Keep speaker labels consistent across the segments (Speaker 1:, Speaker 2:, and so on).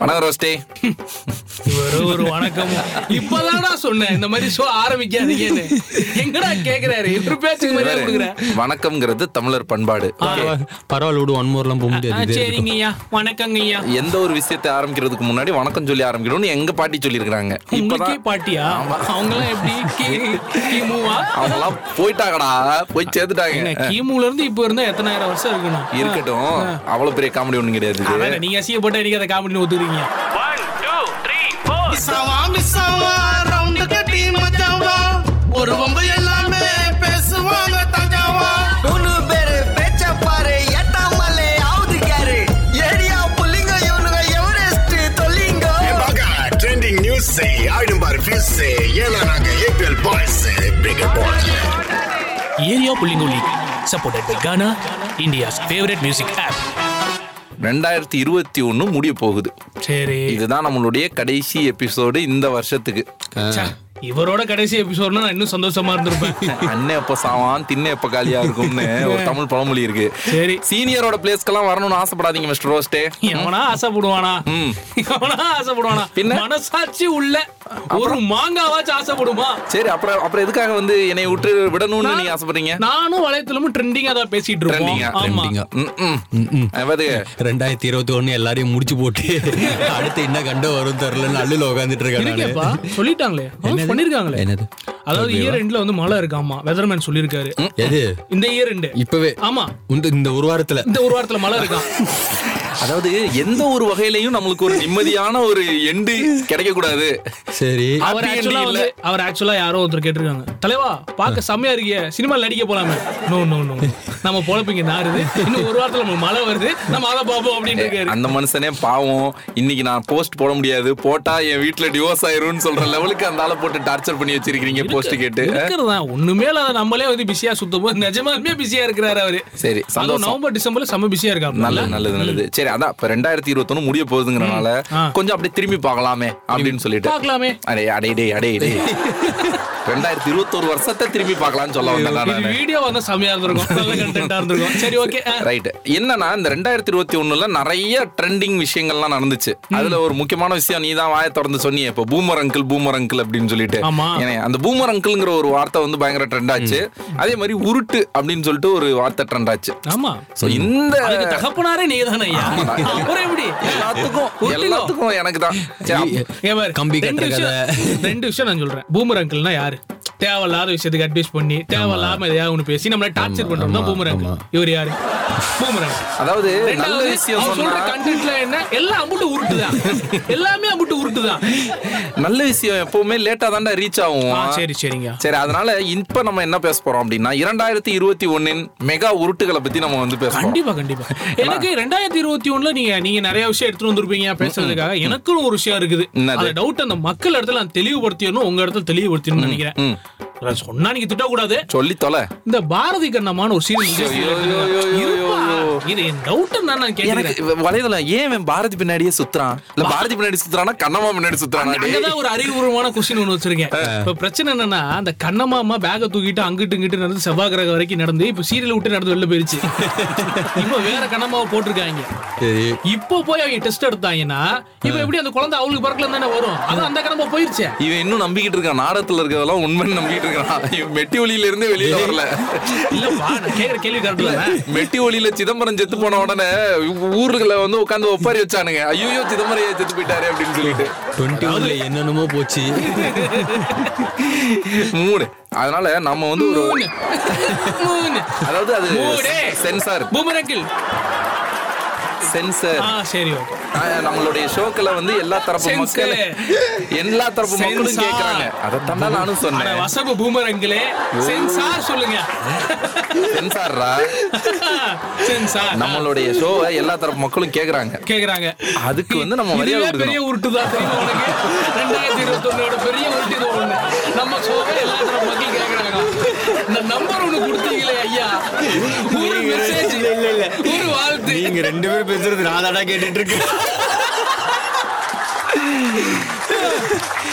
Speaker 1: வணக்கம் ரோஸ்டே
Speaker 2: ஒரு ஒரு வணக்கமும் இப்பதான்டா சொன்னேன் இந்த மாதிரி ஷோ ஆரம்பிக்காதீங்கன்னு எங்கடா கேக்குறாரு இவரு பேச்சுக்கு மரியாதை கொடுக்குறேன்
Speaker 1: வணக்கம்ங்கிறது தமிழர் பண்பாடு
Speaker 3: பரவாயில்ல விடு ஒன் மோர்லாம் போக முடியாது இதே இருக்கும்.
Speaker 2: சரிங்க ஐயா வணக்கங்க ஐயா
Speaker 1: எந்த ஒரு விஷயத்தை ஆரம்பிக்கிறதுக்கு முன்னாடி வணக்கம் சொல்லி ஆரம்பிக்கணும்னு எங்க பாட்டி சொல்லியிருக்கிறாங்க
Speaker 2: உங்களுக்கே
Speaker 1: இப்பதான்
Speaker 2: பாட்டியா அவங்கெல்லாம் எப்படி கி- கிமுவா
Speaker 1: அவங்களாம் போயிட்டாங்கடா போய்
Speaker 2: என்ன,
Speaker 1: சேர்த்துட்டாங்க
Speaker 2: கிமுல இருந்து இப்ப இருந்தா எத்தனாயிரம் வருஷம் இருக்கணும்
Speaker 1: இருக்கட்டும் அவ்வளவு பெரிய காமெடி ஒண்ணும் கிடையாது இது.
Speaker 2: அதானே, நீங்க அசியப்பட்டு எனக்கு அதை காமெடி ஒத்துக்கிறீங்க
Speaker 4: மிஸ்ஸாவா மிஸ்ஸாவா ரவுண்டு கட்டி மச்சாவா ஒரு வம்பு எல்லாமே பேசுவாங்க தஞ்சாவா
Speaker 5: மூணு பேரு பேச்ச பாரு எட்டாமலே ஆவுது கேரு ஏரியா புள்ளிங்க இவனுங்க எவரெஸ்ட் தொல்லிங்க
Speaker 6: பாக்க ட்ரெண்டிங் நியூஸ் ஆயிடும் பாரு ஃபியூஸ் ஏன்னா நாங்க APL boys big boys
Speaker 2: area புள்ளிங்குள்ளி supported by Gaana India's favourite music app
Speaker 1: ரெண்டாயிரத்தி இருபத்தி ஒண்ணு முடிய போகுது
Speaker 2: சரி
Speaker 1: இதுதான் நம்மளுடைய கடைசி எபிசோடு இந்த வருஷத்துக்கு
Speaker 2: ச்சே, இவரோட கடைசி எபிசோட்னா நான் இன்னும் சந்தோஷமா இருந்திருப்பேன்
Speaker 1: அண்ணன் எப்ப சாவான் தின்ன எப்ப காலியா இருக்கும்னு ஒரு தமிழ் பழமொழி இருக்கு
Speaker 2: சரி
Speaker 1: சீனியரோட பிளேஸ்க்கெல்லாம் வரணும்னு ஆசைப்படாதீங்க மிஸ்டர் ரோஸ்டே
Speaker 2: எவனா ஆசைப்படுவானா
Speaker 1: ம்.
Speaker 2: எவனா ஆசைப்படுவானா
Speaker 1: பின்ன?
Speaker 2: மனசாட்சி உள்ள ஒரு மாங்காவாச்சும் ஆசைப்படுமா
Speaker 1: சரி அப்புறம் அப்புறம் எதுக்காக வந்து என்னை விட்டு விடணும்னு நீங்க ஆசைப்படுறீங்க
Speaker 2: நானும் வலைத்தளமும் ட்ரெண்டிங்கா தான் பேசிட்டு இருக்கோம்
Speaker 1: ட்ரெண்டிங்கா
Speaker 2: ஆமா
Speaker 3: ட்ரெண்டிங்கா.
Speaker 1: ம், ம். அதாவது
Speaker 3: ரெண்டாயிரத்தி இருபத்தி ஒண்ணு எல்லாரையும் முடிச்சு போட்டு அடுத்து என்ன கண்ட வரும் தெரியல அல்லுல உட்காந்துட்டு இருக்கேன்
Speaker 2: இருக்கேப்பா சொல்லிட்டாங்களே announce
Speaker 3: என்னது?
Speaker 2: பண்ணிருக்காங்களே
Speaker 3: என்னது?
Speaker 2: அதாவது இயர் ரெண்டுல வந்து மழை இருக்காமா வெதர்மேன் சொல்லிருக்காரு
Speaker 3: எது
Speaker 2: இந்த இயர் ரெண்டு
Speaker 3: இப்பவே
Speaker 2: ஆமா
Speaker 3: உண்டு இந்த ஒரு வாரத்துல
Speaker 2: இந்த ஒரு வாரத்துல மழை இருக்காம்
Speaker 1: அதாவது எந்த ஒரு வகையிலயும் நம்மளுக்கு ஒரு நிம்மதியான ஒரு எண்டு கிடைக்க கூடாது
Speaker 3: சரி
Speaker 2: அவர்
Speaker 1: Happy
Speaker 2: ஆக்சுவலா
Speaker 1: ending
Speaker 2: வந்து அவர் ஆக்சுவலா யாரோ ஒருத்தர் கேட்டிருக்காங்க தலைவா பார்க்க செம்மையா இருக்கியே சினிமால நடிக்க போலாமே நோ நோ நோ நம்ம பொழப்பீங்க நாருது இன்னும் ஒரு வாரத்துல நமக்கு மழை வருது நம்ம அதை பார்ப்போம் அப்படின்னு இருக்காரு
Speaker 1: அந்த மனுஷனே பாவம் இன்னைக்கு நான் போஸ்ட் போட முடியாது போட்டா என் வீட்டுல டிவோர்ஸ் ஆயிரும்னு சொல்ற லெவலுக்கு அந்த ஆளை போட்டு டார்ச்சர் பண்ணி வச்சிருக்கீங்க போஸ்ட் கேட்டு
Speaker 2: இருக்கிறதான் ஒண்ணுமே இல்லாத நம்மளே வந்து பிஸியா சுத்தம் போது நிஜமாலுமே பிஸியா இருக்கிறாரு அவரு
Speaker 1: சரி, சந்தோஷம்.
Speaker 2: அதுவும் நவம்பர் டிசம்பர்ல செம்ம பிஸியா இருக்காரு
Speaker 1: நல்லது நல்லது நல்லது சரி அதான் இப்ப ரெண்டாயிரத்தி இருபத்தொன்னு முடிய போகுதுங்கிறனால
Speaker 2: ஆ.
Speaker 1: கொஞ்சம் அப்படியே திரும்பி பார்க்கலாமே அப்படின்னு சொல்லிட்டு
Speaker 2: பார்க்கலாமே
Speaker 1: அடே அடே டே அடே டே ரெண்டாயிரத்தி இருபத்தொரு வருஷத்தை திரும்பி பார்க்கலாம்னு சொல்ல வந்தேன்
Speaker 2: இது
Speaker 1: நான்
Speaker 2: வீடியோ வந்தா செம்மையா இருந்திருக்கும் நல்ல கண்டென்ட்டா இருந்திருக்கும் சரி ஓகே
Speaker 1: ரைட் என்னன்னா இந்த ரெண்டாயிரத்தி இருபத்தி ஒண்ணுல நிறைய ட்ரெண்டிங் விஷயங்கள்லாம் நடந்துச்சு அதுல ஒரு முக்கியமான விஷயம் நீ தான் வாயை திறந்து சொன்னியே இப்போ பூமர் அங்கிள் பூமர் அங்கிள் அப்படின்னு சொல்லிட்டு
Speaker 2: ஆமா.
Speaker 1: ஏன்னா, அந்த பூமர் அங்கிள்ங்கிற ஒரு வார்த்தை வந்து பயங்கர ட்ரெண்ட் ஆச்சு அதே மாதிரி உருட்டு அப்படின்னு சொல்லிட்டு ஒரு வார்த்தை ட்ரெண்ட் ஆச்சு
Speaker 2: ஆமா
Speaker 1: சோ இந்த
Speaker 2: அதுக்கு தகப்பனாரே நீ தானே ஐயா அப்புறம் எப்படி
Speaker 1: எல்லாத்துக்கும்
Speaker 2: உருட்டுக்கோ.
Speaker 1: எல்லாத்துக்கும் எனக்கு தான்
Speaker 2: ஏன் பாரு,
Speaker 3: கம்பி
Speaker 2: ரெண்டு
Speaker 3: கட்டுற
Speaker 2: விஷயம் ரெண்டு விஷயம் நான் சொல்றேன் பூமர் அங்கிள்னா யாரு தேவையில்லாத விஷயத்துக்கு அட்வைஸ் பண்ணி தேவையில்லாம எதையாவது ஒண்ணு பேசி நம்மள டார்ச்சர் பண்றோம் தான்
Speaker 3: ஆமா,
Speaker 2: பூமர் அங்கிள்
Speaker 3: ஆமா.
Speaker 2: இவர் யாரு பூமர் அங்கிள்
Speaker 1: அதாவது நல்ல
Speaker 2: ரெண்டாவது,
Speaker 1: விஷயம்
Speaker 2: அவர் சொல்ற
Speaker 1: சொன்னா
Speaker 2: கண்டென்ட்ல என்ன எல்லாம் அம்புட்டு உருட்டுதான் எல்லாமே அம்புட்டு உருட்டுதான்
Speaker 1: நல்ல விஷயம் எப்பவுமே லேட்டா தான்டா ரீச் ஆகும்
Speaker 2: ஆ, சரி சரிங்க
Speaker 1: சரி அதனால இப்ப நம்ம என்ன பேச போறோம் அப்படின்னா இரண்டாயிரத்தி இருபத்தி ஒன்னின் மெகா உருட்டுகளை பத்தி நம்ம வந்து பேசுறோம்
Speaker 2: கண்டிப்பா கண்டிப்பா எனக்கு ரெண்டாயிரத்தி இருபத்தி ஒண்ணுல நீங்க நீங்க நிறைய விஷயம் எடுத்துட்டு வந்திருப்பீங்க பேசுறதுக்காக எனக்கும் ஒரு விஷயம் இருக்குது
Speaker 1: என்னது?
Speaker 2: அந்த டவுட் அந்த மக்கள் இடத்துல நான் தெளிவுபடுத்தியணும் உங்க இடத்துல தெளிவுபடுத்தியணும்னு நினைக்கிறேன் நான் சொன்னா நீங்க திட்டக்கூடாது
Speaker 1: சொல்லி தொலை
Speaker 2: இந்த பாரதி கண்ணம்மான்னு ஒரு சீரியல்
Speaker 1: ஐயோ, ஐயோ, ஐயோ, ஐயோ, ஐயோ.
Speaker 2: இது என் டவுட் நான்
Speaker 1: எனக்கு
Speaker 2: கேட்கிறேன்
Speaker 1: இவ- வலைதளம் ஏன் இவன் பாரதி பின்னாடியே சுத்துறான் இல்ல பாரதி பின்னாடி சுத்துறானா கண்ணம்மா பின்னாடி சுத்துறானா டேய்?
Speaker 2: அங்கதான் ஒரு அறிவுபூர்வமான கொஸ்டின் ஒண்ணு வச்சிருக்கேன் இப்ப பிரச்சனை என்னன்னா அந்த கண்ணம்மா பேக தூக்கிட்டு அங்கிட்டு இங்கிட்டு நடந்து செவ்வாய் கிரகம் வரைக்கும் நடந்து இப்ப சீரியல் விட்டு நடந்து வெளில போயிருச்சு இப்ப வேற கண்ணம்மாவை போட்டிருக்காங்க
Speaker 3: சரி
Speaker 2: இப்போ போய் அவங்க டெஸ்ட் எடுத்தாங்கன்னா இப்ப எப்படி அந்த குழந்தை அவளுக்கு பிறக்கல தானே வரும் அதான் அந்த கண்ணம்மா போயிருச்சே
Speaker 1: இவன் இன்னும் நம்பிக்கிட்டு இருக்கான் நாடகத்துல இருக்கிறதெல்லாம் உண்மைன்னு நம்பிக்கிட்டு இருக்கான் இவன் மெட்டி ஒளியில இருந்தே வெளியில வரல
Speaker 2: இல்லப்பா நான் கேக்குற கேள்வி கரெக்ட்
Speaker 1: மெட்டி ஒளியில சிதம்பரம் செத்து போன உடனே ஊருக்குள்ள வந்து உட்காந்து ஒப்பாரி வச்சானுங்க ஐயோ சிதம்பரம் செத்து போயிட்டாரு அப்படின்னு சொல்லிட்டு
Speaker 3: டுவெண்ட்டி ஒன்ல என்னென்னமோ போச்சு
Speaker 1: மூணு அதனால நம்ம வந்து ஒரு
Speaker 2: மூணு மூணு
Speaker 1: அதாவது அது
Speaker 2: மூணு.
Speaker 1: சென்சார்
Speaker 2: பூமரங்கில்
Speaker 1: சென்சர்
Speaker 2: ஆ சரி ஓகே
Speaker 1: ஆஹ் நம்மளுடைய ஷோக்களை வந்து எல்லா தரப்பு
Speaker 2: Sense.
Speaker 1: மக்களும் எல்லா தரப்பு மக்களும்
Speaker 2: Sense-ஆ.
Speaker 1: கேக்குறாங்க அதைத்தான் நானும்
Speaker 2: அட,
Speaker 1: சொன்னேன்
Speaker 2: வசம்பு பூமரங்களே சென்சார் சொல்லுங்க
Speaker 1: சென்சார்ரா
Speaker 2: சென்சார்
Speaker 1: நம்மளுடைய ஷோவை எல்லா தரப்பு மக்களும் கேக்குறாங்க
Speaker 2: கேக்குறாங்க
Speaker 1: அதுக்கு வந்து நம்ம மரியாதை
Speaker 2: இதுவே பெரிய
Speaker 1: கொடுக்கணும்
Speaker 2: உருட்டு தான் தெரியுமா உனக்கு ரெண்டாயிரத்தி இருபத்தொன்னோட பெரிய உருட்டு இது ஒண்ணு நம்ம சோக எல்லாத்தோட மக்கள் கேக்குறாங்க இந்த நம்பர் ஒண்ணு கொடுத்தீங்களே ஐயா ஒரு மெசேஜ்
Speaker 3: இல்ல, இல்ல.
Speaker 2: ஒரு வாழ்த்து
Speaker 3: நீங்க ரெண்டு பேரும் பேசுறது நான் தாடா கேட்டுட்டு இருக்கேன்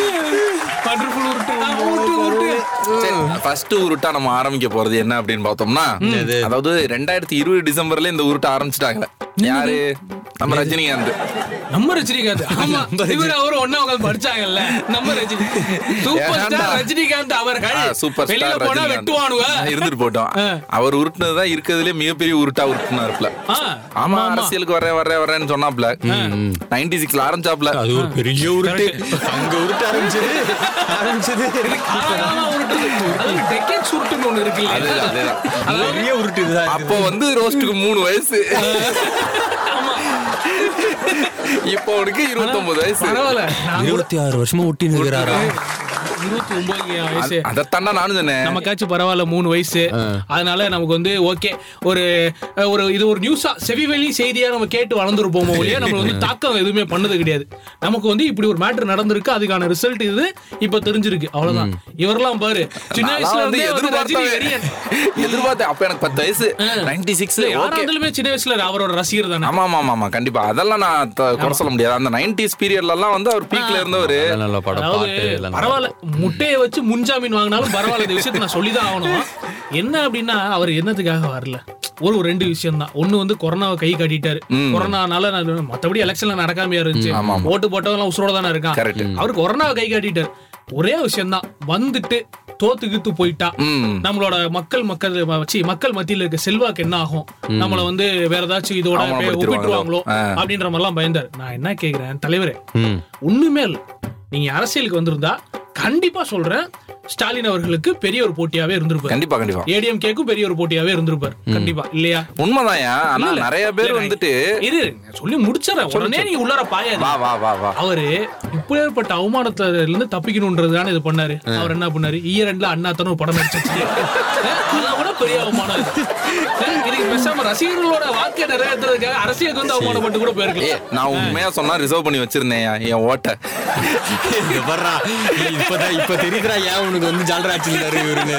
Speaker 2: வண்டர்ஃபுல் உருட்டு ஆ, உருட்டு உருட்டு
Speaker 1: சரி ஃபர்ஸ்ட் உருட்டா நம்ம ஆரம்பிக்க போறது என்ன அப்படின்னு பார்த்தோம்னா அதாவது ரெண்டாயிரத்தி இருபது டிசம்பர்ல இந்த உருட்டை ஆரம்பிச்சிட்டாங்க யாரு நம்ம ரஜினிகாந்த்
Speaker 2: நம்ம ரஜினிகாந்த் ஆமா இவர் அவரும் ஒண்ணா உட்கார்ந்து படிச்சாங்கல்ல நம்ம ரஜினி சூப்பர் ஸ்டார்
Speaker 1: ஏன்டா?
Speaker 2: ரஜினிகாந்த் அவர்கள்
Speaker 1: சூப்பர்
Speaker 2: வெளியில
Speaker 1: ஸ்டார்
Speaker 2: போனா வெட்டுவானுவ
Speaker 1: இருந்துட்டு போட்டோம்
Speaker 2: ஆ.
Speaker 1: அவர் உருட்டுனதுதான் இருக்கிறதுலே மிகப்பெரிய உருட்டா உருட்டுனாருப்ல
Speaker 2: ஆ,
Speaker 1: ஆமா அரசியலுக்கு வரேன் வரேன் வரேன்னு சொன்னாப்ல நைன்டி சிக்ஸ்ல ஆரம்பிச்சாப்ல
Speaker 3: அது ஒரு பெரிய உருட்டு அங்க உருட்டு ஆரம்பிச்சது ஆரம்பிச்சது
Speaker 2: காலகாலமா உருட்டுது அது ஒரு டெக்கேட் சுருட்டுன்னு ஒண்ணு இருக்குல்ல
Speaker 1: அதுதான், அதுதான்.
Speaker 2: அதாவது
Speaker 3: பெரிய உருட்டு இதுதான்
Speaker 1: அப்போ வந்து ரோஸ்டுக்கு மூணு வயசு இப்போ அவனுக்கு இருபத்தொன்பது வயசு
Speaker 2: பரவாயில்ல நான் கூட
Speaker 3: இருபத்தி ஆறு வருஷமா ஒட்டி நிற்கிறாரா
Speaker 2: இருபத்தி ஒன்பது வயசு
Speaker 1: அதத்தாண்டா நானும் சொன்னேன்
Speaker 2: நமக்காச்சும் பரவாயில்ல மூணு வயசு அதனால நமக்கு வந்து ஓகே ஒரு அஹ், ஒரு இது ஒரு நியூஸா செவிவெளி செய்தியா நம்ம கேட்டு வளர்ந்துருப்போமோ இல்லையா நம்ம வந்து தாக்கம் எதுவுமே பண்ணது கிடையாது நமக்கு வந்து இப்படி ஒரு மேட்டர் நடந்திருக்கு அதுக்கான ரிசல்ட் இது இப்ப தெரிஞ்சிருக்கு அவ்வளவுதான் இவரெல்லாம் பாரு சின்ன
Speaker 1: நான்
Speaker 2: வயசுல
Speaker 1: வந்து
Speaker 2: இருந்தே வந்து ரஜினி
Speaker 1: எதிர்பார்த்தேன்
Speaker 2: வெறியன்.
Speaker 1: எதிர்பார்த்தேன் அப்ப எனக்கு பத்து வயசு நைன்டி சிக்ஸ்ல
Speaker 2: யாரா
Speaker 1: ஓகே
Speaker 2: இருந்தாலுமே சின்ன வயசுல அவரோட ரசிகர் தானே
Speaker 1: ஆமா ஆமா ஆமா, ஆமா கண்டிப்பா அதெல்லாம் நான் த- குறை சொல்ல முடியாது அந்த நைன்டிஸ் பீரியட்ல எல்லாம் வந்து அவர் பீக்ல இருந்தவர்
Speaker 3: நல்ல நல்ல படம்
Speaker 2: அதாவது
Speaker 3: பாட்டு எல்லாம் நல்லா
Speaker 2: பரவாயில்ல முட்டையை வச்சு முன்ஜாமீன் வாங்கினாலும் பரவாயில்ல இந்த விஷயத்தை நான் சொல்லிதான் ஆகணும் என்ன அப்படின்னா அவர் என்னத்துக்காக வரல ஒரு ஒரு ரெண்டு விஷயம் தான் ஒண்ணு வந்து கொரோனாவை கை காட்டிட்டாரு கொரோனானால நான் மத்தபடி எலெக்ஷன்ல நடக்காமையா இருந்துச்சு ஓட்டு போட்டவங்க உசுரோட தானே இருக்கான்
Speaker 1: Correct.
Speaker 2: அவர் கொரோனாவை கை காட்டிட்டாரு ஒரே விஷயம் தான் வந்துட்டு தோத்து கித்து போயிட்டா
Speaker 1: ம்.
Speaker 2: நம்மளோட மக்கள் மக்கள் வச்சு மக்கள் மத்தியில இருக்க செல்வாக்கு என்ன ஆகும் நம்மள வந்து வேற ஏதாச்சும் இதோட
Speaker 1: அவமானப்படுத்திடுவாங்களோ.
Speaker 2: பே- ஒப்பிட்டுருவாங்களோ
Speaker 1: ஆ.
Speaker 2: அப்படின்ற மாதிரிலாம் பயந்தார் நான் என்ன கேக்குறேன் தலைவரே ஒண்ணுமே இல்ல நீங்க அரசியலுக்கு வந்திருந்தா கண்டிப்பா சொல்றேன் ஸ்டாலின் அவர்களுக்கு பெரிய ஒரு போட்டியாவே இருந்திருப்பார்
Speaker 1: கண்டிப்பா கண்டிப்பா
Speaker 2: ஏடிஎம்கேக்கும் பெரிய ஒரு போட்டியாவே இருந்திருப்பார் கண்டிப்பா இல்லையா
Speaker 1: உண்மைதான்யா ஆனா
Speaker 2: இல்ல,
Speaker 1: நிறைய
Speaker 2: இல்ல,
Speaker 1: பேர்
Speaker 2: நான்
Speaker 1: வந்துட்டு
Speaker 2: இரு நான் சொல்லி முடிச்சிடறேன் உடனே நீங்க உள்ளார
Speaker 1: வா
Speaker 2: பாயாது
Speaker 1: வா வா வா
Speaker 2: அவரு இப்பேற்பட்ட அவமானத்துல இருந்து தப்பிக்கணும்ன்றதுதானே இது பண்ணாரு அவர் என்ன பண்ணாரு E ஈரண்ட்ல அண்ணாத்தன ஒரு படம் நடிச்சிருச்சு அதெல்லாம் கூட பெரிய அவமானம் இது. ஏன் இதுக்கு பேசாம ரசிகர்களோட வாக்கை நிறைவேற்றுறதுக்காக அரசியலுக்கு வந்து அவமானப்பட்டு கூட
Speaker 1: ஏ
Speaker 2: போயிருக்கலாம்
Speaker 1: நான் உண்மையா சொன்னா ரிசர்வ் பண்ணி வச்சிருந்தேன் என் ஓட்டை
Speaker 3: இங்க வர்றா இப்பதான் இப்ப தெரியுதுடா ஏன் உனக்கு வந்து ஜாலரா அடிச்சிருந்தாரு இவருன்னு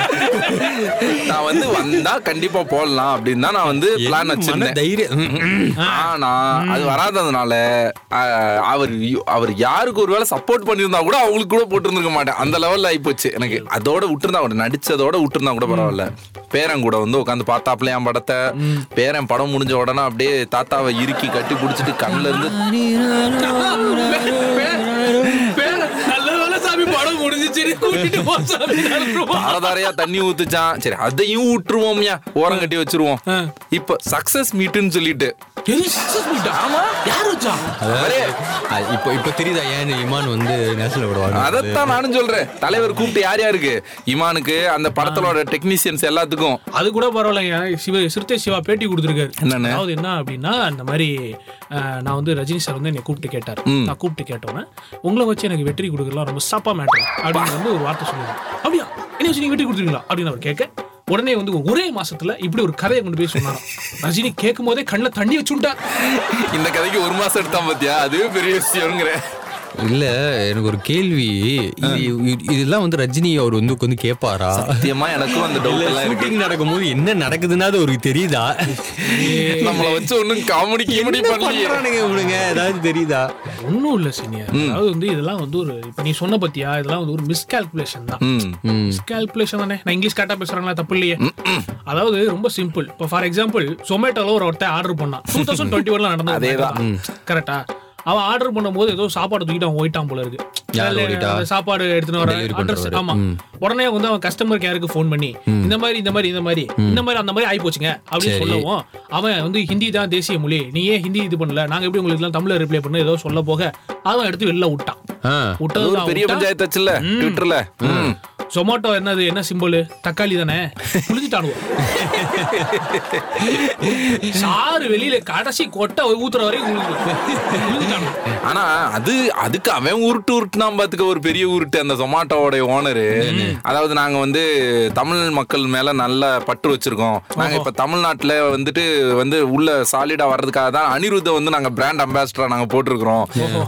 Speaker 1: நான் வந்து வந்தா கண்டிப்பா போடலாம் அப்படின்னு தான் நான் வந்து பிளான்
Speaker 3: மன
Speaker 1: வச்சிருந்தேன்
Speaker 3: தைரியம் ம், ம்.
Speaker 1: ஆனா அது வராததுனால ஆ, அவர் யு- அவர் யாருக்கு ஒருவேளை சப்போர்ட் பண்ணியிருந்தா கூட அவங்களுக்கு கூட போட்டிருந்திருக்க மாட்டேன் அந்த லெவல்ல ஆகி போச்சு எனக்கு அதோட விட்டுருந்தா கூட நடிச்சதோட விட்டுருந்தா கூட பரவாயில்ல பேரன் கூட வந்து உட்காந்து பார்த்தாப்புல என் படத்தை பேரன் படம் முடிஞ்ச உடனே அப்படியே தாத்தாவை இறுக்கி கட்டி பிடிச்சிட்டு கண்ணுல இருந்து
Speaker 2: பேர- நல்ல வேளை சாமி படம் முடிஞ்சிச்சு கூட்டிட்டு போ சாமி நடந்துருவோம்.
Speaker 1: தாரதாரையா தண்ணி ஊத்துச்சான் சரி அதையும் விட்டுருவோம்யா ஓரம் கட்டி வச்சிருவோம் இப்ப சக்சஸ் மீட்டுன்னு சொல்லிட்டு
Speaker 2: எது success meet ஆ? யார் வச்சா?
Speaker 1: அவரே,
Speaker 3: அது இப்ப இப்ப தெரியுதா ஏன் இமான் வந்து நேஷனல் விடுவாங்க
Speaker 1: அதைத்தான் நானும் சொல்றேன் தலைவர் கூப்பிட்டு யார் யாருக்கு இமானுக்கு அந்த படத்தோட டெக்னீஷியன்ஸ் எல்லாத்துக்கும்
Speaker 2: அது கூட பரவாயில்லைங்க சிவ சிறுத்தை சிவா பேட்டி கொடுத்துருக்காரு
Speaker 1: என்னன்னு?
Speaker 2: அதாவது என்ன அப்படின்னா இந்த மாதிரி அஹ், நான் வந்து ரஜினி சார் வந்து என்னை கூப்பிட்டு கேட்டார் நான் கூப்பிட்டு கேட்டோன்னே உங்களை வச்சு எனக்கு வெற்றி கொடுக்கலாம் ரொம்ப சப்பா மேட்டர் அப்படின்னு வந்து ஒரு வார்த்தை சொல்லுவாங்க அப்படியா என்ன வச்சு நீங்க வெற்றி கொடுத்துருங்களா அப்படின்னு அவர் கேட்க உடனே வந்து ஒரே மாசத்துல இப்படி ஒரு கதையை கொண்டு போய் சொன்னாராம் ரஜினி கேட்கும் போதே கண்ணில் தண்ணி வச்சுட்டார்
Speaker 1: இந்த கதைக்கு ஒரு மாசம் எடுத்தான் பாத்தியா அதுவே பெரிய விஷயம்ங்கிற
Speaker 3: இல்ல எனக்கு ஒரு கேள்வி இது- இது- இதெல்லாம் வந்து ரஜினி அவர் வந்து உட்காந்து கேட்பாரா
Speaker 1: சத்தியமா எனக்கும் அந்த டவுட் எல்லாம் இருக்கு
Speaker 3: ஷூட்டிங் நடக்கும்போது என்ன நடக்குதுன்னா அது அவருக்கு தெரியுதா
Speaker 1: நம்மள வச்சு ஒண்ணும் காமெடி கிமெடி
Speaker 3: என்ன
Speaker 1: பண்ணலையே
Speaker 3: பண்றானுங்க இவனுங்க ஏதாவது தெரியுதா
Speaker 2: ஒன்றும் இல்லை சீனியர் அதாவது வந்து இதெல்லாம் வந்து ஒரு இப்போ நீ சொன்ன பத்தியா இதெல்லாம் வந்து ஒரு மிஸ்கால்குலேஷன் தான்
Speaker 1: ம்.
Speaker 2: மிஸ்கால்குலேஷன் தானே நான் இங்கிலீஷ் கரெக்டாக பேசுகிறாங்களா தப்பு இல்லையே அதாவது ரொம்ப சிம்பிள் இப்போ ஃபார் எக்ஸாம்பிள் ஜொமேட்டோவில் ஒரு ஒருத்தன் ஆர்டர் பண்ணான் டூ தௌசண்ட் டுவெண்ட்டி ஒன்ல நடந்தது கரெக்டா அவன் ஆர்டர் பண்ணும்போது ஏதோ சாப்பாடு தூக்கிட்டு அவன் ஓயிட்டான் போல இருக்கு
Speaker 3: யார்
Speaker 2: இல்ல,
Speaker 3: ஓடிட்டா?
Speaker 2: அந்த சாப்பாடு எடுத்துன்னு வர
Speaker 3: Delivery
Speaker 2: address,
Speaker 3: பண்றவரு.
Speaker 2: ஆமா உடனே வந்து அவன் கஸ்டமர் கேருக்கு ஃபோன் பண்ணி இந்த மாதிரி இந்த மாதிரி இந்த மாதிரி இந்த மாதிரி அந்த மாதிரி ஆயி போச்சுங்க அப்படின்னு
Speaker 3: சரி.
Speaker 2: சொல்லவும் அவன் வந்து ஹிந்தி தான் தேசிய மொழி நீ ஏன் ஹிந்தி இது பண்ணல நாங்க எப்படி உங்களுக்கு எல்லாம் தமிழ்ல ரிப்ளை பண்ண ஏதோ சொல்ல போக அவன் எடுத்து வெளில விட்டான்
Speaker 3: ஆ.
Speaker 1: அது
Speaker 2: விட்டது
Speaker 1: ஒரு பெரிய
Speaker 2: விட்டான்
Speaker 1: பஞ்சாயத்து வச்சுல ட்விட்டர்ல ம்.
Speaker 2: ஜொமாட்டோ என்னது என்ன சிம்பிள் தக்காளி தானே புளிஞ்சிட்டானுவோம் சாறு வெளியில கடைசி கொட்டை ஊத்துற வரைக்கும் புளிஞ்சிட்டானுவோம்
Speaker 1: ஆனா அது அதுக்கு அவன் உருட்டு உருட்டுனான் பாத்துக்க ஒரு பெரிய உருட்டு அந்த சொமாட்டோவோட ஓனரு அதாவது நாங்க வந்து தமிழ் மக்கள் மேல நல்ல பற்று வச்சிருக்கோம் நாங்க இப்ப தமிழ்நாட்டுல வந்துட்டு வந்து உள்ள சாலிடா வர்றதுக்காக தான் அனிருத்தை வந்து நாங்க பிராண்ட் அம்பாசிடரா நாங்க போட்டிருக்கிறோம்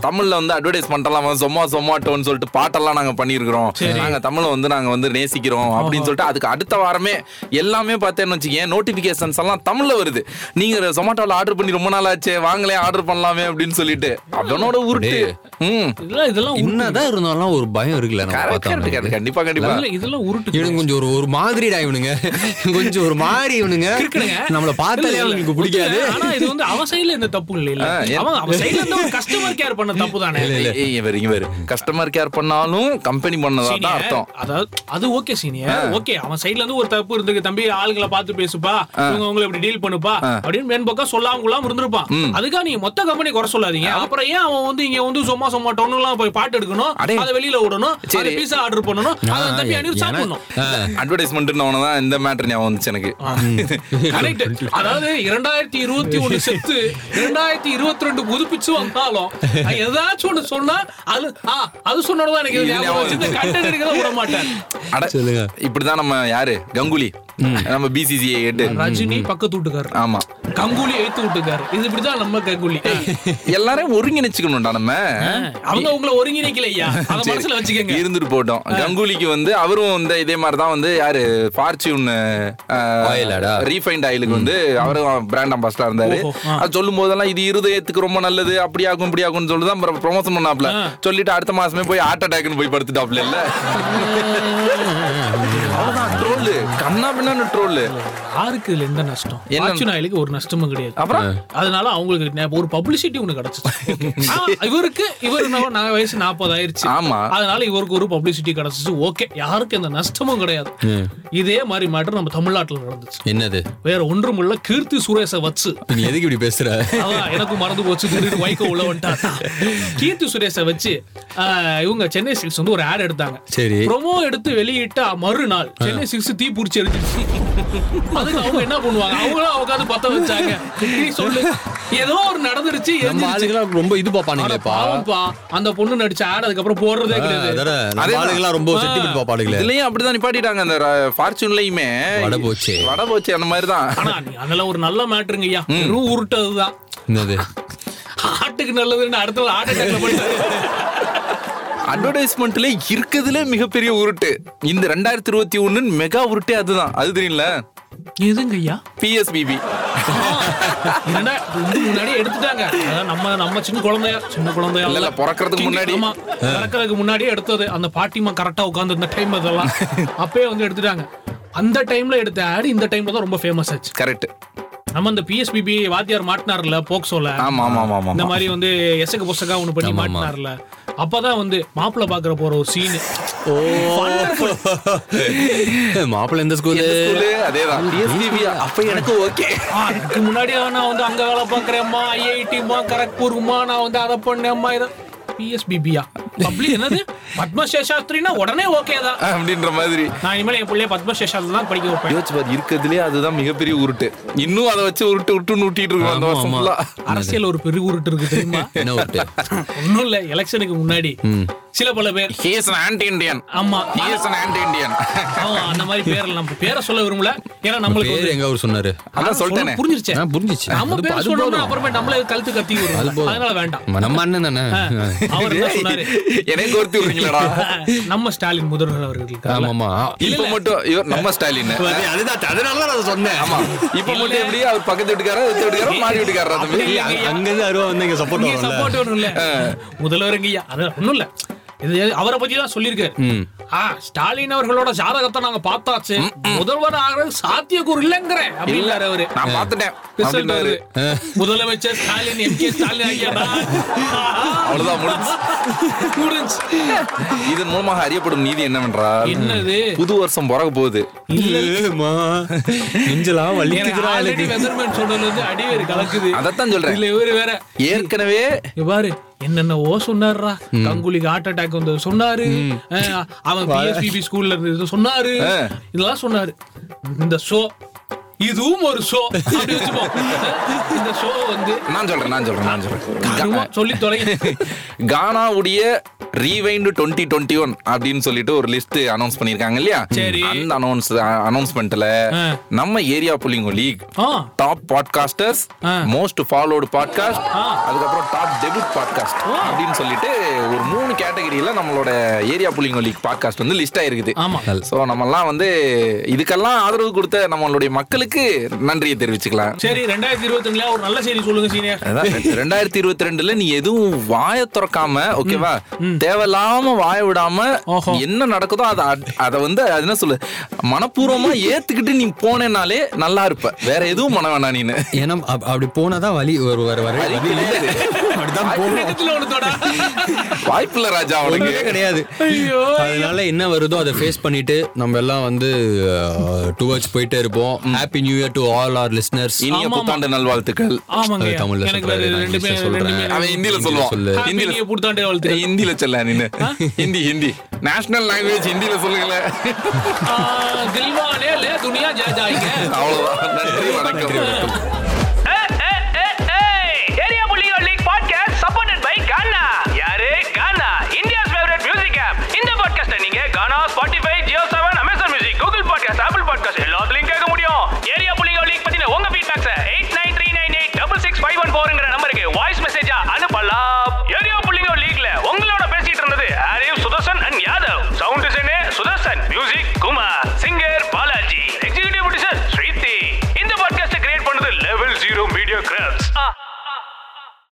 Speaker 1: தமிழ்ல வந்து அட்வர்டைஸ் பண்ணலாம் சொமா சொமாட்டோன்னு சொல்லிட்டு பாட்டெல்லாம் நாங்க பண்ணியிருக்கிறோம் நாங்க தமிழை வந்து நாங்க வந்து நேசிக்கிறோம் அப்படின்னு சொல்லிட்டு அதுக்கு அடுத்த வாரமே எல்லாமே பார்த்தேன்னு வச்சுக்கேன் நோட்டிபிகேஷன்ஸ் எல்லாம் எல்லாம் தமிழ்ல வருது நீங்க ஜொமாட்டோல ஆர்டர் பண்ணி ரொம்ப நாள் ஆச்சே வாங்களே ஆர்டர் பண்ணலாமே அப்படின்னு சொல்லிட்டு அவனோட உருட்டு ம்
Speaker 2: இதெல்லாம் இதெல்லாம் உருட்டு.
Speaker 3: என்னதான் இருந்தாலும் ஒரு பயம் இருக்குல்ல நம்ம
Speaker 1: Correct,
Speaker 3: பார்த்தோம்னா.
Speaker 1: correct, correct. கண்டிப்பா கண்டிப்பா
Speaker 2: இதெல்லாம் இதெல்லாம் உருட்டு
Speaker 3: இவனுங்க கொஞ்சம் ஒரு ஒரு மாதிரிடா இவனுங்க கொஞ்சம் ஒரு மாதிரி இவனுங்க
Speaker 2: இருக்குனுங்க.
Speaker 3: நம்மள பார்த்தாலே
Speaker 2: இல்ல, இல்ல.
Speaker 3: அவனுக்கு பிடிக்காது
Speaker 2: ஆனா இது வந்து அவ சைடுல இந்த தப்பு இல்ல இல்ல
Speaker 1: ஆ, ஏன்?
Speaker 2: அவன் அவ சைடுல இருந்து ஒரு கஸ்டமர் கேர் பண்ண தப்பு தானே
Speaker 1: ஏய், இவர் இவர் கஸ்டமர் கேர் பண்ணாலும் கம்பெனி பண்ணதா தான்
Speaker 2: Senior,
Speaker 1: அர்த்தம்
Speaker 2: அதாவது அது ஓகே சீனியர் ஓகே அவன் சைடுல இருந்து ஒரு தப்பு இருந்திருக்கு தம்பி ஆளுங்களை பார்த்து பேசுப்பா இவங்க உங்களை இப்படி டீல் பண்ணுப்பா அப்படின்னு மேன்போக்கா சொல்லாம கொள்ளாம இருந்திருப்பான் அதுக்காக நீங்க மொத்த கம்பெனி குறை சொல்லாதீங்க அப்புறம் ஏன் அவன் வந்து இங்க வந்து சும்மா சும்மா டொன்னுலாம் போய் பாட்டு எடுக்கணும்
Speaker 1: அடே.
Speaker 2: அதை வெளியில விடணும்
Speaker 1: சரி.
Speaker 2: சரி பீஸா ஆர்டர் பண்ணணும் அதை தம்பி அனிரு சாப்பிடணும்
Speaker 1: அட்வர்டைஸ்மெண்ட் அவனை இந்த மேட்டர் ஞாபகம் வந்துச்சு எனக்கு
Speaker 2: Correct. அதாவது இரண்டாயிரத்தி இருபத்தி ஒண்ணு செத்து இரண்டாயிரத்தி இருபத்தி ரெண்டு புதுப்பிச்சு வந்தாலும் அது ஏதாச்சும் ஒண்ணு சொன்னா அது ஆ, அது சொன்னோட எனக்கு இது ஞாபகம் வந்துச்சு. இந்த content இருக்கிறத விட மாட்டேன்
Speaker 1: அட
Speaker 3: சொல்லுங்க.
Speaker 1: இப்படிதான் நம்ம யாரு கங்குலி நம்ம பிசிசிஐ கேட்டு
Speaker 2: ரஜினி பக்கத்து வீட்டுக்காரர்
Speaker 1: ஆமா
Speaker 2: கங்குலி எழுத்து வீட்டுக்காரர் இது இப்படிதான் நம்ம கங்குலி
Speaker 1: எல்லாரையும் ஒருங்கிணைச்சுக்கணும்டா நம்ம
Speaker 2: அவங்க உங்களை ஒருங்கிணைக்கலையா அத
Speaker 1: சரி.
Speaker 2: மனசுல வச்சுக்கங்க
Speaker 1: இருந்துட்டு போட்டோம் கங்குலிக்கு வந்து அவரும் வந்து இதே மாதிரி தான் வந்து யாரு ஃபார்ச்சூன்
Speaker 3: Oil ஆடா?
Speaker 1: ரீஃபைண்ட் ஆயிலுக்கு வந்து அவரும் பிராண்ட் அம்பாஸ்டரா இருந்தாரு
Speaker 2: ஓஹோ, ஆ.
Speaker 1: அது சொல்லும் போதெல்லாம் இது இருதயத்துக்கு ரொம்ப நல்லது அப்படி ஆகும் இப்படி ஆகும்னு சொல்லி தான் ப்ரொமோஷன் பண்ணாப்ல சொல்லிட்டு அடுத்த மாசமே போய் ஹார்ட் அட்டாக்னு போய் படுத்துட்டாப்ல இல்ல அவ்வளவுதான் ட்ரோல் கண்ணா பின்னான்னு ட்ரோல்
Speaker 2: யாருக்கு இதுல எந்த நஷ்டம்
Speaker 1: என்ன?
Speaker 2: ஆச்சு நாயலுக்கு ஒரு நஷ்டமும் கிடையாது
Speaker 1: அப்புறம்?
Speaker 2: அதனால அவங்களுக்கு நே- ஒரு பப்ளிசிட்டி ஒண்ணு கிடைச்சிச்சு ஆ, இவருக்கு இவர் என்ன- நான் வயசு நாற்பது ஆயிருச்சு
Speaker 1: ஆமா.
Speaker 2: அதனால இவருக்கு ஒரு பப்ளிசிட்டி கிடைச்சிச்சு ஓகே யாருக்கும் எந்த நஷ்டமும் கிடையாது இதே மாதிரி மேட்டர் நம்ம தமிழ்நாட்டுல நடந்துச்சு
Speaker 3: என்னது
Speaker 2: வேற ஒன்றும் இல்ல கீர்த்தி சுரேஷை வச்சு
Speaker 3: நீ எதுக்கு இப்படி பேசுற
Speaker 2: அதான் எனக்கும் மறந்து போச்சு திருடிட்டு வைகோ உள்ள வந்துட்டான் கீர்த்தி சுரேஷை வச்சு ஆஹ், இவங்க சென்னை சில்க்ஸ் வந்து ஒரு ஆட் எடுத்தாங்க
Speaker 3: சரி.
Speaker 2: ப்ரோமோ எடுத்து வெளியிட்ட மறுநாள் சென்னை சில்க்ஸ் தீ பிடிச்சி எரிஞ்சிருச்சு அதுக்கு அவங்க என்ன பண்ணுவாங்க அவங்களும் உட்காந்து பத்த வச்சாங்க நீ சொல்லு ஏதோ ஒரு நடந்துருச்சு
Speaker 3: நம்ம
Speaker 2: எரிஞ்சிருச்சு
Speaker 3: ஆளுங்களாம் ரொம்ப இது
Speaker 2: ஆனா
Speaker 3: பாப்பானுங்களேப்பா
Speaker 2: பாவம்ப்பா அந்த பொண்ணு நடிச்ச ஆட் அதுக்கப்புறம் போடுறதே கிடையாது
Speaker 3: அதானே, நம்ம
Speaker 1: அதேதான்.
Speaker 3: ஆளுங்களாம் ரொம்ப செட்டிபிட் பாப்பானுங்களே
Speaker 1: இதுலயும் அப்படிதான் நிப்பாட்டிட்டாங்க அந்த ஃபார்ச்சூன்லயுமே
Speaker 3: வடை போச்சே.
Speaker 1: வடை போச்சு அந்த மாதிரி தான்
Speaker 2: ஆனா நீ அதெல்லாம் ஒரு நல்ல மேட்ருங்கய்யா வெறும் உருட்டதுதான்
Speaker 3: என்னது
Speaker 2: ஆட்டுக்கு நல்லதுன்னு அடுத்த ஆட்டை டேக்ல பண்ணிட்டாங்க
Speaker 1: அட்வர்டைஸ்மெண்ட்ல இருக்கிறதுல மிகப்பெரிய உருட்டு இந்த ரெண்டாயிரத்தி இருபத்தி ஒன்னு மெகா உருட்டே அதுதான் அது தெரியல
Speaker 2: எதுங்கய்யா
Speaker 1: பிஎஸ்பிபி
Speaker 2: என்னடா, இது வந்து முன்னாடியே எடுத்துட்டாங்க அதான் நம்ம நம்ம சின்ன குழந்தையா சின்ன குழந்தையா
Speaker 1: இல்ல, இல்ல, பிறக்கறதுக்கு முன்னாடி.
Speaker 2: ஆமா, பிறக்கறதுக்கு முன்னாடியே எடுத்தது அந்த பாட்டிமா கரெக்டா உட்கார்ந்து இருந்த டைம் அதெல்லாம் அப்பயே வந்து எடுத்துட்டாங்க அந்த டைம்ல எடுத்த ஆடு இந்த டைம்ல தான் ரொம்ப ஃபேமஸ் ஆச்சு
Speaker 1: கரெக்ட்
Speaker 2: நம்ம இந்த பிஎஸ்பிபி வாத்தியார் மாட்டினார்ல போக்சோல
Speaker 1: ஆமா ஆமா ஆமா
Speaker 2: இந்த
Speaker 1: ஆமா
Speaker 2: மாதிரி வந்து எசக்கு புசக்கா ஒண்ணு பண்ணி
Speaker 3: ஆமா, ஆமா.
Speaker 2: மாட்டினார்ல அப்பதான் வந்து மாப்பிள்ள பாக்குற போற ஒரு சீன்
Speaker 3: ஓ மாப்பிள்ள எந்த ஸ்கூலு
Speaker 1: இந்த school உ அதேதான் பிஎஸ்பிபி அப்ப எனக்கு ஓகே
Speaker 2: அதுக்கு முன்னாடி நான் வந்து அங்க வேலை பாக்குறேம்மா ஐஐடிமா கரக்பூர்மா நான் வந்து அதை பண்ணேம்மா இதை பிஎஸ்பிபியா பப்ளிக் என்னது பத்மசேஷாஸ்திரினா உடனே ஓகே தான்
Speaker 1: அப்படின்ற மாதிரி
Speaker 2: நான் இனிமேல் என் பிள்ளைய பத்மசேஷாஸ்திரி தான் படிக்க வைப்பேன்
Speaker 1: யோசிச்சு பாரு இருக்கிறதுலே அதுதான் மிகப்பெரிய உருட்டு இன்னும் அதை வச்சு உருட்டு உருட்டு நூட்டிட்டு இருக்கோம் அந்த
Speaker 3: ஆமா,
Speaker 1: வருஷம்
Speaker 3: ஆமா.
Speaker 1: ஃபுல்லா
Speaker 2: அரசியல் ஒரு பெரிய உருட்டு இருக்கு தெரியுமா
Speaker 3: என்ன ஒருட்டு
Speaker 2: ஒன்றும் இல்ல எலெக்ஷனுக்கு முன்னாடி சில பல பேர்
Speaker 1: he is an anti Indian
Speaker 2: ஆமா
Speaker 1: he is an anti Indian
Speaker 2: ஆமா, அந்த மாதிரி பேர் நம்ம பேரை சொல்ல விரும்பல ஏன்னா நம்மளுக்கு
Speaker 3: பேர்
Speaker 2: வந்து-
Speaker 3: எங்க அவர் சொன்னாரு
Speaker 1: அதான் சொல்லிட்டேனே
Speaker 2: சொல்லு, புரிஞ்சிருச்சே
Speaker 3: ஆ, புரிஞ்சிச்சு
Speaker 2: நம்ம
Speaker 3: அது போ-
Speaker 2: பேர்
Speaker 3: அது
Speaker 2: சொன்னோம்னா
Speaker 3: போதும்.
Speaker 2: அப்புறமே நம்மளே கழுத்து கத்தி வரும்
Speaker 3: அது போதும்.
Speaker 2: அதனால வேண்டாம்
Speaker 3: நம்ம அண்ணன் தானே
Speaker 2: அவர் என்ன சொன்னாரு
Speaker 1: எனக்கு ஒருத்தி விடுறீங்களாடா
Speaker 2: நம்ம ஸ்டாலின் முதல்வர் அவர்களுக்கு
Speaker 3: ஆமாமா
Speaker 1: இப்ப மட்டும் இவர் நம்ம ஸ்டாலின்
Speaker 3: அதுதான் அதனால நான் சொன்னேன்
Speaker 1: ஆமா இப்ப மட்டும் எப்படி அவர் பக்கத்து வீட்டுக்காரா எதிர்த்து வீட்டுக்காரா மாறி வீட்டுக்காரா தம்பி
Speaker 2: இல்ல,
Speaker 3: அங்க- அங்கிருந்து அருவா வந்து இங்க சப்போர்ட்
Speaker 2: இங்க
Speaker 3: வரும்ல
Speaker 2: support வரும்ல. முதல்வருங்கய்யா அது ஒண்ணும் இல்ல இது அவரை பத்தி தான் சொல்லியிருக்காரு ஆ, ஸ்டாலின் அவர்களோட ஜாதகத்தை நாங்க பார்த்தாச்சு முதல்வர் ஆகிறது சாத்தியக்கூறு இல்லங்கிறேன் அப்படின்னாரு அவரு
Speaker 1: நான் பாத்துட்டேன்
Speaker 2: கிறிஸ்டன்
Speaker 1: அப்படின்றாரு
Speaker 2: அவரு. முதலமைச்சர் ஸ்டாலின் எம் கே ஸ்டாலின் ஐயா தான்.
Speaker 1: அவ்வளவுதான் முடிஞ்சு
Speaker 2: முடிஞ்சு.
Speaker 1: இதன் மூலமாக அறியப்படும் நீதி என்னவென்றால்
Speaker 2: என்னது
Speaker 1: புது வருஷம் பிறக்க போகுது
Speaker 3: ஏம்மா, நெஞ்செல்லாம்
Speaker 2: எனக்கு
Speaker 3: வலிக்குதுடா
Speaker 2: already
Speaker 3: எனக்கு.
Speaker 2: measurement சொன்னதுல இருந்து அடிவேறு கலக்குது
Speaker 1: அதைத்தான் சொல்றேன்.
Speaker 2: இதுல இவரு வேற
Speaker 1: ஏற்கனவே
Speaker 2: இங்க பாரு என்னென்னவோ சொன்னாருடா கங்குலிக்கு ஹார்ட் அட்டாக் வந்து சொன்னாரு அஹ் அவன் பிஎஸ்பிபி ஸ்கூல்ல இருந்து இது சொன்னாரு இதெல்லாம் சொன்னாரு இந்த ஷோ இதுவும் ஒரு ஷோ இந்த ஷோ வந்து
Speaker 1: நான் சொல்றேன் நான் சொல்றேன் நான்
Speaker 2: சும்மா
Speaker 1: சொல்றேன்
Speaker 2: சொல்லி தொலைங்க
Speaker 1: கானாவுடைய ரீவைண்ட் டுவெண்ட்டி டுவெண்ட்டி ஒன் அப்படின்னு சொல்லிட்டு ஒரு லிஸ்ட் அனௌன்ஸ் பண்ணிருக்காங்க இல்லையா
Speaker 2: சரி.
Speaker 1: அந்த அனௌன்ஸ் அனௌன்ஸ்மெண்ட்ல
Speaker 2: ஆ.
Speaker 1: நம்ம ஏரியா புள்ளிங்கோ லீக்
Speaker 2: ஆ.
Speaker 1: டாப் பாட்காஸ்டர்ஸ்
Speaker 2: ஆ.
Speaker 1: மோஸ்ட் ஃபாலோடு பாட்காஸ்ட்
Speaker 2: ஆ.
Speaker 1: அதுக்கப்புறம் டாப் டெபிட் பாட்காஸ்ட்
Speaker 2: ஓ.
Speaker 1: அப்படின்னு சொல்லிட்டு ஒரு மூணு கேட்டகரியில நம்மளோட ஏரியா புள்ளிங்கோ லீக் பாட்காஸ்ட் வந்து லிஸ்ட் ஆயிருக்குது
Speaker 2: ஆமா.
Speaker 1: சோ நம்மலாம் வந்து இதுக்கெல்லாம் ஆதரவு கொடுத்த நம்மளுடைய மக்களுக்கு நன்றியை தெரிவிச்சுக்கலாம்
Speaker 2: சரி ரெண்டாயிரத்தி இருபத்தி ஒரு நல்ல செய்தி சொல்லுங்க சீனியர்
Speaker 1: அதான் ரெண்டாயிரத்தி இருபத்தி ரெண்டுல நீ எதுவும் வாய திறக்காம ஓகேவா தேவையில்லாம வாய விடாம
Speaker 2: ஓஹோ.
Speaker 1: என்ன நடக்குதோ அதை அட்- அதை வந்து அது என்ன சொல்லு மனப்பூர்வமா ஏத்துக்கிட்டு நீ போனேனாலே நல்லா இருப்ப வேற எதுவும் மன வேணாம் நீனு
Speaker 3: ஏன்னா அப்- அப்படி போனாதான் வலி ஒரு வர வர வலி இல்லை. அப்படிதான் போகணும்
Speaker 2: பக்கத்துல ஒண்ணு தொடா
Speaker 1: வாய்ப்பில்ல ராஜா
Speaker 3: ஒண்ணுமே
Speaker 1: அவனுக்கு
Speaker 3: கிடையாது
Speaker 2: ஐயோ.
Speaker 3: அதனால என்ன வருதோ அதை ஃபேஸ் பண்ணிட்டு நம்ம எல்லாம் வந்து டுவர்ட்ஸ் போயிட்டே இருப்போம் happy new year to all our listeners
Speaker 1: இனிய
Speaker 2: ஆமாமா.
Speaker 1: புத்தாண்டு நல்வாழ்த்துக்கள்
Speaker 2: ஆமாங்க
Speaker 3: தமிழ்ல
Speaker 2: எனக்கு
Speaker 3: சொல்றாரு,
Speaker 2: வேற
Speaker 3: நான்
Speaker 2: ரெண்டு
Speaker 3: இங்கிலீஷ்ல
Speaker 2: பேர்
Speaker 3: சொல்றேன்.
Speaker 2: ரெண்டு
Speaker 1: அவன்
Speaker 2: பேர்
Speaker 1: ஹிந்தில
Speaker 3: சொல்லு.
Speaker 1: சொல்லுவான் ஹிந்தில
Speaker 2: ஹாப்பி புத்தாண்டு வாழ்த்து
Speaker 1: ஹிந்தில சொல்ல நின்னு ஹிந்தி ஹிந்தி நேஷனல் லாங்குவேஜ் ஹிந்தில சொல்லுங்களேன்
Speaker 2: ஆ, தில்வாலே லே துனியா ஜா ஜாயிங்க
Speaker 1: அவ்வளவுதான் நன்றி வணக்கம்